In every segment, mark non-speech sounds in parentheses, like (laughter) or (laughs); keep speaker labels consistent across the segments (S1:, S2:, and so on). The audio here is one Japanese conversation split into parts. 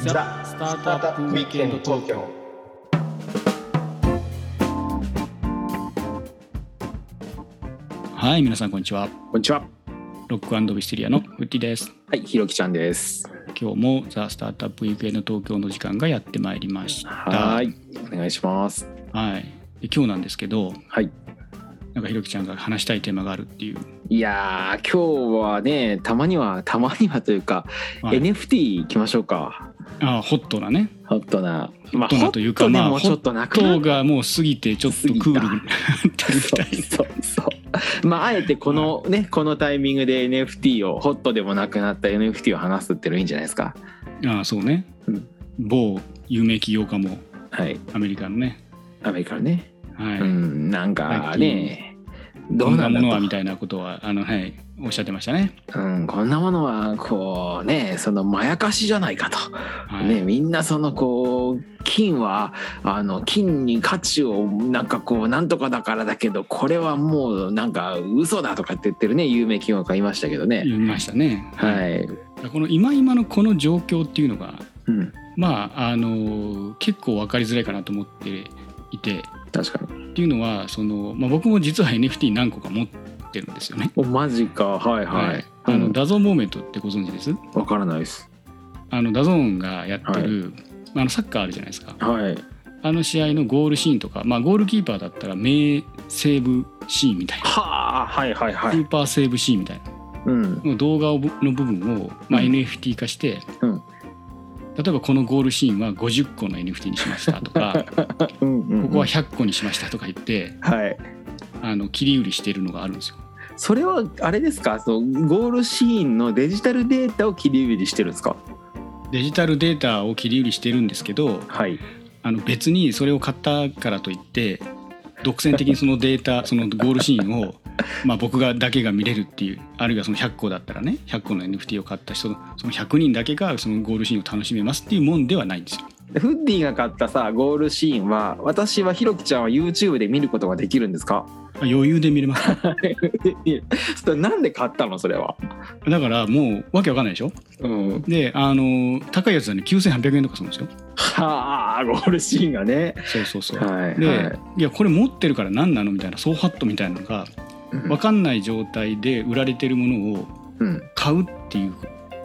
S1: ザ・スタートアップウィークエンド東京
S2: はい、皆さんこんにちは。
S3: こんにちは。
S2: ロックビステリアのフッティです。
S3: はい、ひろきちゃんです。
S2: 今日もザ・スタートアップウィークエンド東京の時間がやってまいりました。
S3: はーい、お願いします。
S2: はい。で今日なんですけど、
S3: はい。
S2: なんかひろきちゃんが話したいテーマがあるっていう。
S3: いやー、今日はね、たまには、たまにはというか、
S2: はい
S3: NFT 行きましょうか。
S2: あホットなね。
S3: ホットな。まあ、
S2: ホット
S3: ホ
S2: なという
S3: ッ
S2: か
S3: トで
S2: まあ
S3: もちょっとなく
S2: 今
S3: な
S2: 日
S3: っ
S2: がもう過ぎてちょっとクールになってるみたいな。
S3: そうそうそう。まあ、あえてこのね、このタイミングで NFT を、ホットでもなくなった NFT を話すっていうのはいいんじゃないですか。
S2: ああそうね、
S3: うん
S2: 某有名起業家も
S3: はい。
S2: アメリカのね、
S3: アメリカのね。
S2: はい
S3: うん、なんかね、ど
S2: こ
S3: うん
S2: な
S3: な
S2: ん
S3: だ
S2: もの
S3: と
S2: はみたいなことはあの、はい、おっしゃってましたね。
S3: うん、こんなものはこうねそのまやかしじゃないかと、
S2: はい
S3: ね、みんなそのこう金はあの金に価値をなんかこうなんとかだからだけどこれはもうなんか嘘だとかって言ってるね有名企業家いましたけどね。
S2: 言いましたね。
S3: はい、
S2: この今今のこの状況っていうのが
S3: うん、
S2: まああの結構分かりづらいかなと思っていて
S3: 確かに
S2: っていうのはその、まあ、僕も実は NFT 何個か持ってるんですよね。
S3: おマジかはいはい、
S2: あの
S3: うん
S2: ダゾーンモーメントってご存知です
S3: わからないです
S2: あのダゾーンがやってる、まああのサッカーあるじゃないですか
S3: はい
S2: あの試合のゴールシーンとか、まあ、ゴールキーパーだったら名セーブシーンみたいな
S3: はあはいはいは
S2: ス
S3: い
S2: ーパーセーブシーンみたい
S3: うん
S2: な動画をぶの部分を、まあ、
S3: うん
S2: NFT 化して、
S3: うん
S2: 例えばこのゴールシーンは50個の NFT にしましたと
S3: (laughs)
S2: か
S3: うんうんうん
S2: ここは100個にしましたとか言って
S3: はい
S2: あの切り売りしてるのがあるんですよ。
S3: それはあれですかそのゴールシーンのデジタルデータを切り売りしてるんですか
S2: デジタルデータを切り売りしてるんですけど
S3: はい
S2: あの別にそれを買ったからといって独占的にそのデータ (laughs) そのゴールシーンをまあ僕がだけが見れるっていうあるいはその100個だったらね100個の NFT を買った人その100人だけがそのゴールシーンを楽しめますっていうもんではないんですよ。
S3: フッディが買ったさゴールシーンは私はひろきちゃんは YouTube で見ることができるんですか (laughs)
S2: 余裕で見れます。
S3: それなんで買ったのそれは
S2: (laughs) だからもうわけわかんないでしょ
S3: うん
S2: であの高いやつはね9800円とかするんですよ。
S3: はあゴールシーンがね
S2: そうそう (laughs) そう。
S3: はい
S2: で、
S3: はい
S2: い、やこれ持ってるから何なのみたいなソーハットみたいなのが
S3: うん
S2: 分かんない状態で売られてるものを買うっていう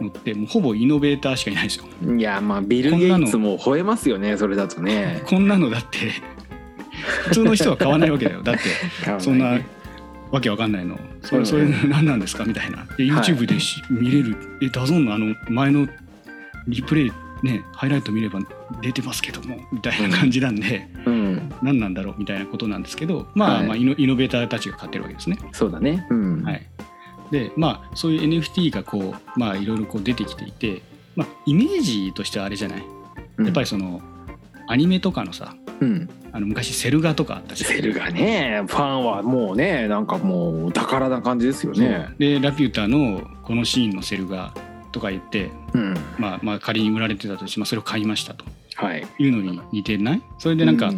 S2: のってもうほぼイノベーターしかいないですよ。 (laughs)
S3: うんいやまあビル・
S2: こん
S3: ゲ
S2: なの
S3: イツも吠えますよねそれだとね
S2: こんなのだって普通の人は買わないわけだよだ
S3: (laughs)
S2: って (laughs) そんなわけわかんないのそれそれ何なんですかみたいなで
S3: はい
S2: YouTube でし見れるえダゾーンのあの前のリプレイねハイライト見れば出てますけどもみたいな感じなんで
S3: うん
S2: 何なんだろうみたいなことなんですけどまあ、
S3: はい
S2: まあイノイノベーターたちが買ってるわけですね。
S3: そうだねうん
S2: はい、でまあそういう NFT がこうまあいろいろこう出てきていて、まあ、イメージとしてはあれじゃないやっぱりその、アニメとかのさ
S3: うん
S2: あの昔セルガとかあったじゃん
S3: セルがねファンはもうねなんかもうお宝な感じですよね
S2: そうでラピュタのこのシーンのセルガとか言って、
S3: うん
S2: まあ、まあ仮に売られてたとして、まあ、それを買いましたと
S3: はい
S2: いうのに似てないそれでなんか、
S3: う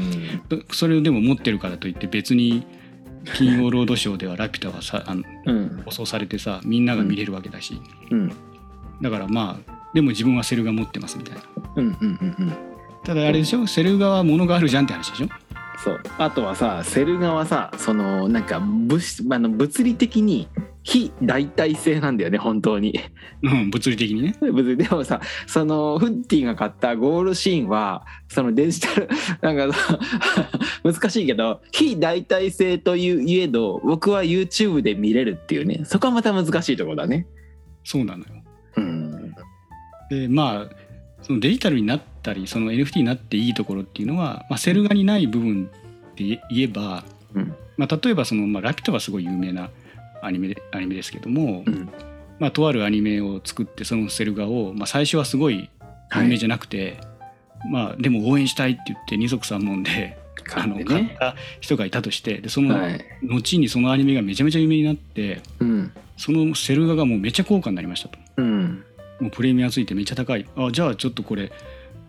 S2: それをでも持ってるからといって別に「金曜ロードショー」ではラピュタはさあの
S3: うん
S2: 放送されてさみんなが見れるわけだし、
S3: うん
S2: だからまあでも自分はセルガ持ってますみたいな
S3: うんうんうんうん
S2: ただあれでしょセルガは物があるじゃんって話でしょ
S3: そうあとはさセル側はさそのなんか物質あの物理的に非代替性なんだよね本当に (laughs)
S2: うん物理的にね
S3: 物理でもさそのフッティが買ったゴールシーンはそのデジタル (laughs) なんかさ (laughs) 難しいけど非代替性といういえど僕は YouTube で見れるっていうねそこはまた難しいところだね
S2: そうなのよ
S3: うん
S2: でまあそのデジタルになったりその NFT になっていいところっていうのは、まあ、セルガにない部分で言えば、
S3: うん
S2: まあ、例えばその、まあ、ラピュタはすごい有名なアニメでアニメですけども、
S3: うん
S2: まあ、とあるアニメを作ってそのセルガを、まあ、最初はすごい有名じゃなくて、まあ、でも応援したいって言って二足三門であ
S3: 感
S2: の
S3: じ
S2: 買っ
S3: ね
S2: た人がいたとしてでそ
S3: は
S2: の
S3: い
S2: 後にそのアニメがめちゃめちゃ有名になって
S3: うん
S2: そのセルガがもうめっちゃ高価になりましたと。
S3: うん
S2: もうプレミアついてめっちゃ高いあじゃあちょっとこれ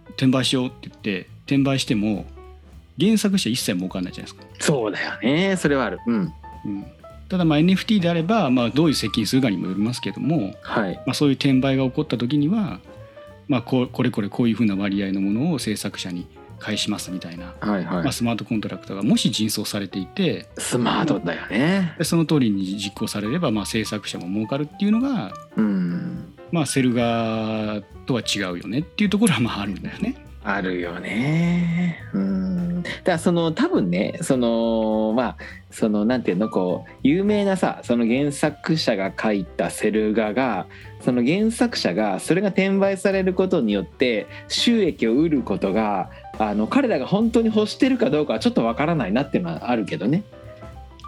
S2: 転売しようって言って転売しても原作者一切儲かんないじゃないですか、
S3: そうだよねそれはあるうん
S2: うん、ただまあ NFT であれば、まあ、どういう接近するかにもよりますけども、
S3: はい
S2: まあ、そういう転売が起こった時にはまあ、こうこれこれこういうふうな割合のものを制作者に返しますみたいな、
S3: はい
S2: ま
S3: は
S2: あ、スマートコントラクトがもし人送されていて
S3: い。スマートだよね。
S2: でその通りに実行されれば、まあ、制作者も儲かるっていうのが、
S3: うん。
S2: まあ、セルガとは違うよねっていうところはまああるんだよね。
S3: あるよね。うん。だからその多分ね、そのまあそのなんていうのこう有名なさ、その原作者が書いたセル画が、その原作者がそれが転売されることによって収益を得ることが。あの彼らが本当に欲してるかどうかはちょっとわからないなっていうのはあるけどね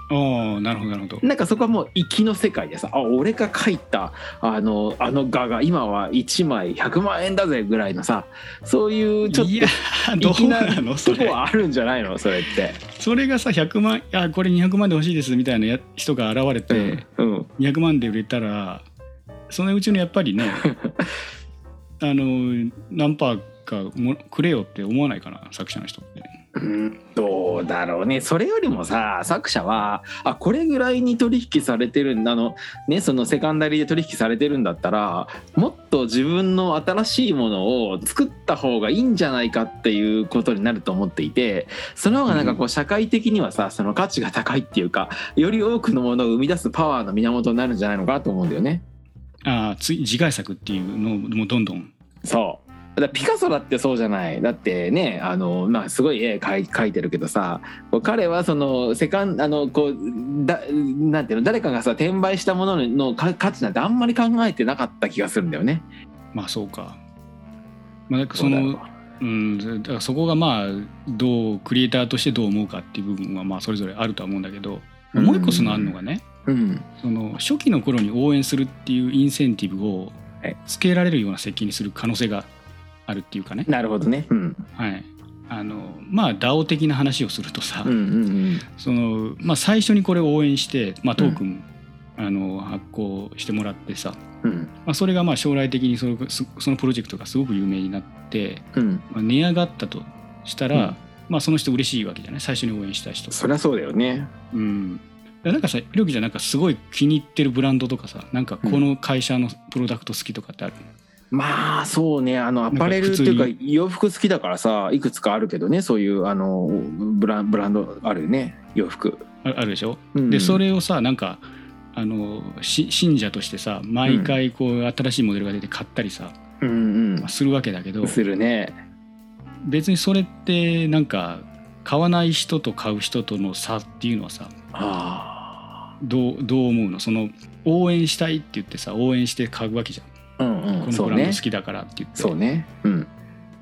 S2: ああなるほどなるほど。
S3: なんかそこはもう粋の世界でさあ俺が描いたあのあの画が今は1枚100万円だぜぐらいのさそういうちょっと
S2: いやどうなのそ
S3: とこ
S2: れ
S3: はあるんじゃないのそれって。
S2: それがさ100万いやこれ200万で欲しいですみたいなや人が現れて、
S3: うん、
S2: 200万で売れたらそのうちのやっぱ (laughs) りねあの何パーかもくれよって思わないかな作者の人って。
S3: うん、どうだろうねそれよりもさ作者はあこれぐらいに取引されてるんだあのねそのセカンダリーで取引されてるんだったらもっと自分の新しいものを作った方がいいんじゃないかっていうことになると思っていてその方がなんかこう社会的にはさその価値が高いっていうかより多くのものを生み出すパワーの源になるんじゃないのかなと思うんだよね。
S2: ああつい次回作っていうのをもうどんどん
S3: そう。だからピカソだってそうじゃない。だってね、あの、まあ、すごい絵描い描いてるけどさ、こう彼はその、セカン、あの、こう、だ、なんていうの、誰かがさ、転売したものの価価値なんてあんまり考えてなかった気がするんだよね。
S2: まあそうか。まあ、なんかその
S3: どうだろ
S2: うん、だからそこがまあどうクリエイターとしてどう思うかっていう部分はまあそれぞれあるとは思うんだけど、
S3: うん
S2: もう一個そのあるのがね
S3: ううん。
S2: その初期の頃に応援するっていうインセンティブを
S3: はい
S2: つけられるような設計にする可能性があるっていうかね、
S3: なるほどね。うん。
S2: はい、あのまあ DAO 的な話をするとさ、
S3: うんうん
S2: そのまあ、最初にこれを応援して、まあ、トークン、あの発行してもらってさ、
S3: うん。うん。
S2: まあ、それがまあ将来的にそのすそのプロジェクトがすごく有名になって、
S3: うん。
S2: まあ、値上がったとしたら、
S3: うん
S2: まあ、その人嬉しいわけじゃない最初に応援した人。
S3: そりゃそうだよね。
S2: うんなんかさ、ひろきちゃんなんかすごい気に入ってるブランドとかさ、なんかこの会社のプロダクト好きとかってある、
S3: まあ、そうね。あの、ア
S2: んか
S3: パレルっていうか
S2: 普通、
S3: 洋服好きだからさ、いくつかあるけどね、そういう、あの、ブランブランドあるよね、洋服。
S2: ああるでしょ
S3: うん
S2: でそれをさなんかあのし信者としてさ毎回こう新しいモデルが出て買ったりさ、
S3: うん
S2: するわけだけど
S3: うん。するね。
S2: 別にそれってなんか買わない人と買う人との差っていうのはさ
S3: あ
S2: どうどう思うのその応援したいって言ってさ応援して買うわけじゃん
S3: あ、うんうん、
S2: この
S3: そう
S2: ブランド
S3: ね
S2: 好。きだからって言って
S3: そうね。うん、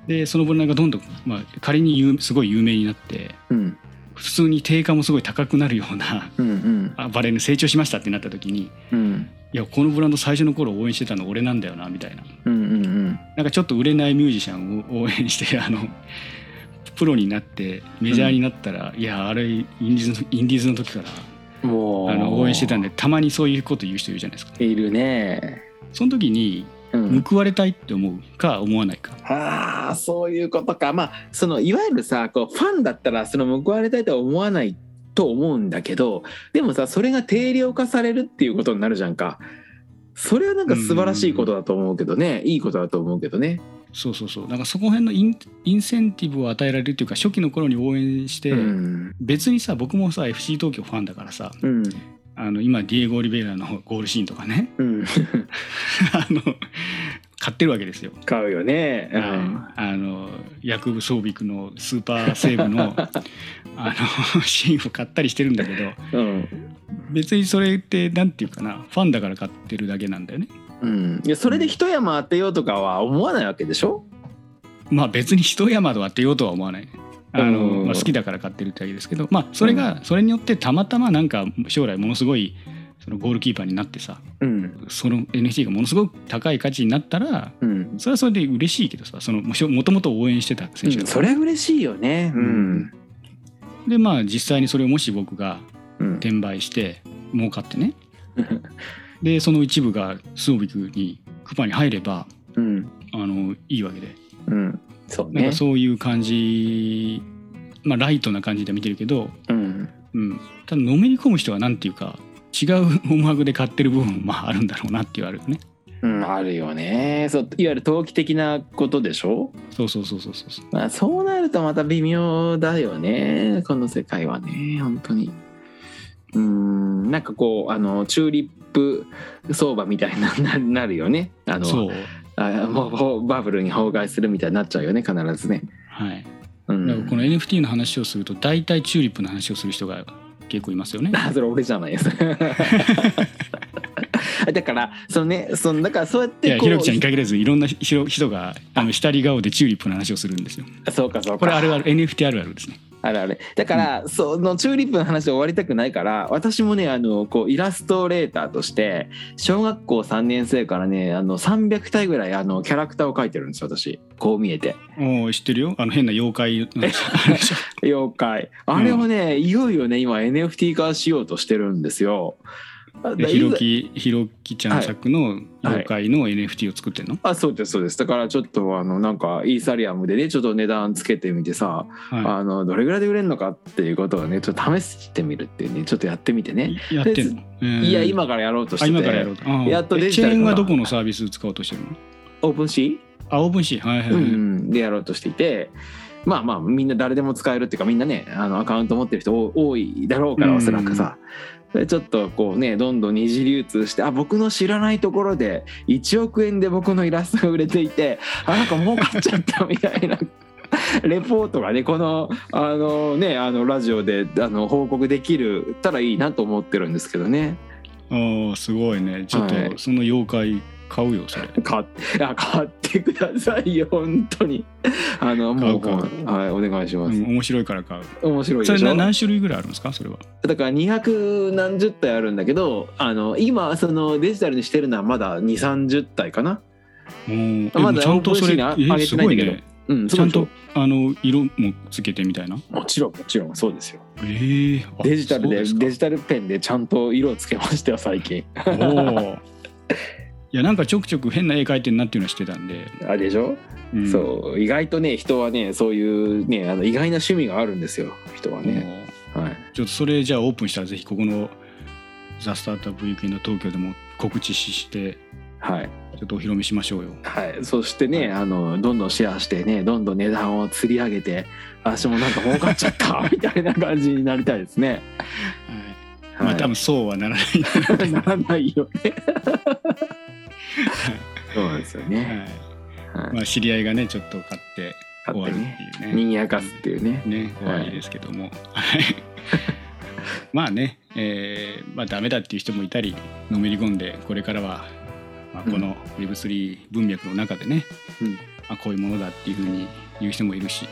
S2: でそのブランドがどんどん、まあ、仮に有すごい有名になって
S3: うん、
S2: 普通に定価もすごい高くなるような (laughs)
S3: うん、うん、
S2: あバレル成長しましたってなった時に
S3: うん、
S2: いやこのブランド最初の頃応援してたの俺なんだよなみたいな
S3: うん、うん、うん、
S2: なんかちょっと売れないミュージシャンを応援してあのプロになってメジャーになったら、いやあれインディーズのインディーズの時から
S3: もう。
S2: あの応援してたんでたまにそういうこと言う人いるじゃないですか
S3: いるね。
S2: その時に
S3: うん。
S2: 報われたいって思うか思わないか、
S3: ああ、そういうことか。まあ、そのいわゆるさ、こうファンだったら、その報われたいとは思わない。と思うんだけど、でもさ、それが定量化されるっていうことになるじゃんか。それはなんか素晴らしいことだと思うけどね、いいことだと思うけどね。
S2: そうそうそうなんかそこら辺のインインセンティブを与えられるっていうか初期の頃に応援して、
S3: うん、
S2: 別にさ僕もさ FC 東京ファンだからさ
S3: うん、
S2: あの今ディエゴ・オリベイラのゴールシーンとかね (laughs)
S3: うん、
S2: あの買ってるわけですよ
S3: 買うよね。う
S2: はいあのヤクブ・ソービクのスーパーセーブ
S3: (laughs)
S2: のあのシーンを買ったりしてるんだけど
S3: ん、うん。
S2: 別にそれってなんていうかなファンだから買ってるだけなんだよね。
S3: うん、いやそれで一山当てようとかは思わないわけでしょ、
S2: まあ別に一山とはってようとは思わない。あ
S3: う
S2: の
S3: ん
S2: まあ、好きだから買ってるってだけですけど、まあ、それがそれによってたまたまなんか将来ものすごいそのゴールキーパーになってさ
S3: うん
S2: その NFT がものすごく高い価値になったら
S3: うん
S2: それはそれで嬉しいけどさそのもしもともと応援してた選手だから
S3: それは嬉しいよねうん
S2: でまあ実際にそれをもし僕が
S3: うん
S2: 転売して儲かってねでその一部がスオビクにクパに入れば
S3: うん、
S2: あのいいわけで
S3: うん、そう
S2: なん
S3: ね
S2: かそういう感じ、まあライトな感じで見てるけど、
S3: うん、
S2: うん、ただのめり込む人はなんていうか違う思惑で買ってる部分もまああるんだろうなっていうあるよね。
S3: うん、あるよねそういわゆる投機的なことでしょ、
S2: そうそうそうそうそうそう
S3: まあ、そうなるとまた微妙だよねこの世界はね本当にうんなんかこうあのチューリップ相場みたいにな (laughs) ななるよねあの
S2: そう
S3: あもうほうバブルに崩壊するみたいになっちゃうよね必ずね、
S2: はい、
S3: う
S2: だから
S3: ん、
S2: この NFT の話をすると大体チューリップの話をする人が結構いますよね
S3: (laughs) あそれ俺じゃないですだからそのねそのだからそうやっ
S2: い
S3: て
S2: や
S3: こう
S2: ひろきちゃんに限らずいろんなひろ人があの左顔でチューリップの話をするんですよ
S3: そうかそうか
S2: これあるある NFT あるあるですね
S3: あるあるだから、そのチューリップの話を終わりたくないから私もねあのこうイラストレーターとして小学校3年生からねあの300体ぐらいあのキャラクターを描いてるんですよ私こう見えて
S2: おー知ってるよあの変な妖怪の話あるでしょ
S3: 妖怪あれをね、いよいよね今 NFT 化しようとしてるんですよ
S2: (laughs)
S3: だ
S2: でひろきひろきちゃん作の
S3: はい
S2: 妖怪の NFT を作ってんの、
S3: あそうですそうですだからちょっとあのなんかイーサリアムでねちょっと値段つけてみてさ、
S2: は
S3: あのどれぐらいで売れるのかっていうことをねちょっと試してみるっていうねちょっとやってみてね、
S2: い、やってんの、
S3: いや
S2: えー
S3: 今からやろうとして
S2: あ
S3: て
S2: 今からやろうとあー
S3: やっとデ
S2: え
S3: ジ
S2: チ
S3: タ
S2: ェ
S3: ルか
S2: ー
S3: な
S2: ンはどこのサービス使おうとしてるの
S3: オープンシ
S2: あオープンシーはいはい
S3: ー、う
S2: はい、
S3: ん、でやろうとしていてまあまあみんな誰でも使えるっていうかみんなねあのアカウント持ってる人多多いだろうから
S2: うん
S3: おそらくさ、でちょっとこうねどんどん二次流通してあ僕の知らないところで1億円で僕のイラストが売れていてあなんか儲かっちゃったみたいな。 (laughs) レポートがねこのあのねあのラジオであの報告できるたらいいなと思ってるんですけどね
S2: ああすごいねちょっ
S3: はい
S2: とその妖怪買うよそれ
S3: 買っいや買ってくださいよ本当にあのもう
S2: 買う買
S3: はいお願いし
S2: う
S3: ます、
S2: ん面白いから買う
S3: 面白い
S2: それ
S3: でし
S2: な
S3: ょ
S2: 何種類ぐらいあるんですかそれは
S3: だから200何十体あるんだけどあの今そのデジタルにしてるのはまだ2 3 0体かな
S2: もう
S3: まだ
S2: ちゃんとそれ
S3: オープンシーにあ
S2: え
S3: 上げてないんだけ
S2: す
S3: ど
S2: ごいね
S3: うん
S2: ちゃん
S3: そう
S2: とあの色もつけてみたいな
S3: そうもちろんもちろんそうですよ
S2: えー、あ
S3: デジタルで
S2: そう
S3: デ
S2: す
S3: ジタルペンでちゃんと色をつけましたよ最近
S2: かおーいやなんかちょくちょく変な絵描いてんなっていうのはしてたんで、
S3: あれでしょ、
S2: うん
S3: そう意外とね人はねそういうねあの意外な趣味があるんですよ人はね、
S2: もう
S3: はい
S2: ちょっとそれじゃあオープンしたらぜひここの「ザ・スタートアップ・ウィークエンド東京でも告知しして
S3: はい
S2: ちょっとお披露目しましょうよ。
S3: はい、そしてね、あのどんどんシェアしてねどんどん値段を釣り上げて私もなんか儲かっちゃったみたいな感じになりたいですね。
S2: ま
S3: は
S2: あ
S3: い
S2: 多分そうはならない、
S3: ならないよね。そうなんですよね。
S2: は
S3: はい
S2: まあ、知り合いがねちょっと買って
S3: 買
S2: 終
S3: っ
S2: わ
S3: て
S2: るっ
S3: ね
S2: ていうね
S3: にぎやかすっていうね。
S2: ね終わりですけども、はい、 (laughs) まあね、えーまあ、ダメだっていう人もいたりのめり込んでこれからは、まあ、この Web3 文脈の中でね、
S3: うん
S2: まあ、こういうものだっていうふうに言う人もいるし、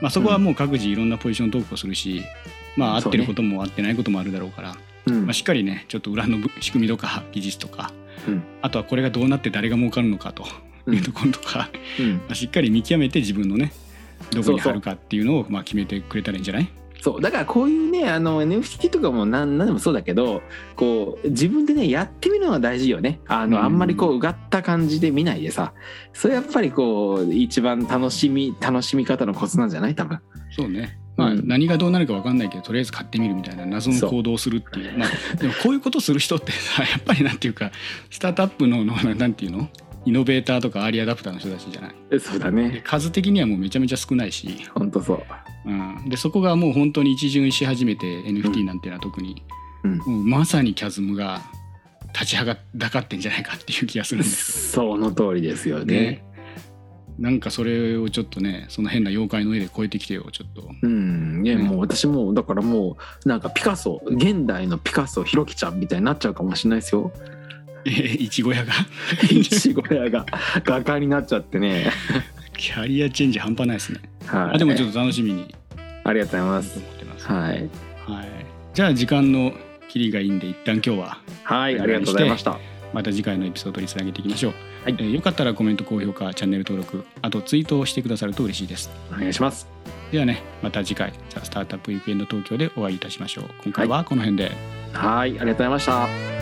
S2: まあ、そこはもう各自いろんなポジション投稿するし、まあ、合ってることも合ってないこともあるだろうから。
S3: うん
S2: まあ、しっかりねちょっと裏の仕組みとか技術とか、
S3: うん
S2: あとはこれがどうなって誰が儲かるのかと
S3: うん
S2: いうところとか、
S3: うん
S2: まあしっかり見極めて自分のねどこ
S3: そうそう
S2: に貼るかっていうのをまあ決めてくれたらいいんじゃない
S3: そうだからこういうねあの NFT とかも何何でもそうだけどこう自分でねやってみるのが大事よねあの、
S2: うん
S3: あんまりこううがった感じで見ないでさそれやっぱりこう一番楽しみ楽しみ方のコツなんじゃない多分。
S2: そうねまあ
S3: うん
S2: 何がどうなるか分かんないけどとりあえず買ってみるみたいな謎の行動をするっていうまあでもこういうことする人ってさ (laughs) やっぱりなんていうかスタートアップののなんていうのイノベーターとかアーリーアダプターの人たちじゃない
S3: そうだ
S2: で
S3: ね
S2: 数的にはもうめちゃめちゃ少ないし、
S3: 本当そう。
S2: (laughs) うん、でそこがもう本当に一巡し始めて NFT なんていうのは特に、
S3: うん
S2: もうまさにキャズムが立ちはがだかってんじゃないかっていう気がするんです
S3: その通りですよ
S2: よ
S3: ね。
S2: ね。なんかそれをちょっとねその変な妖怪の絵で超えてきてよちょっと (laughs)
S3: うん、いや
S2: ね
S3: もう私もだからもうなんかピカソ現代のピカソひろきちゃんみたいになっちゃうかもしれないです (laughs) よ
S2: えいちご屋が
S3: いちご屋が画家になっちゃってね、
S2: キャリアチェンジ半端ないですね。
S3: はい、
S2: あでもち
S3: っ
S2: ょっと楽しみに
S3: とありがとうございます
S2: 思ってます。
S3: はい、
S2: はい、じゃあ時間のキリがいいんで一旦今日は
S3: はい、ありがとうございました
S2: また次回のエピソードにつなげていきましょう、
S3: はい
S2: えーよかったらコメント高評価チャンネル登録あとツイートをしてくださると嬉しいです。
S3: お願いします
S2: ではねまた次回「ザ・スタートアップ・ウィークエンド東京」でお会いいたしましょう今回はこの辺で、
S3: はいありがとうございました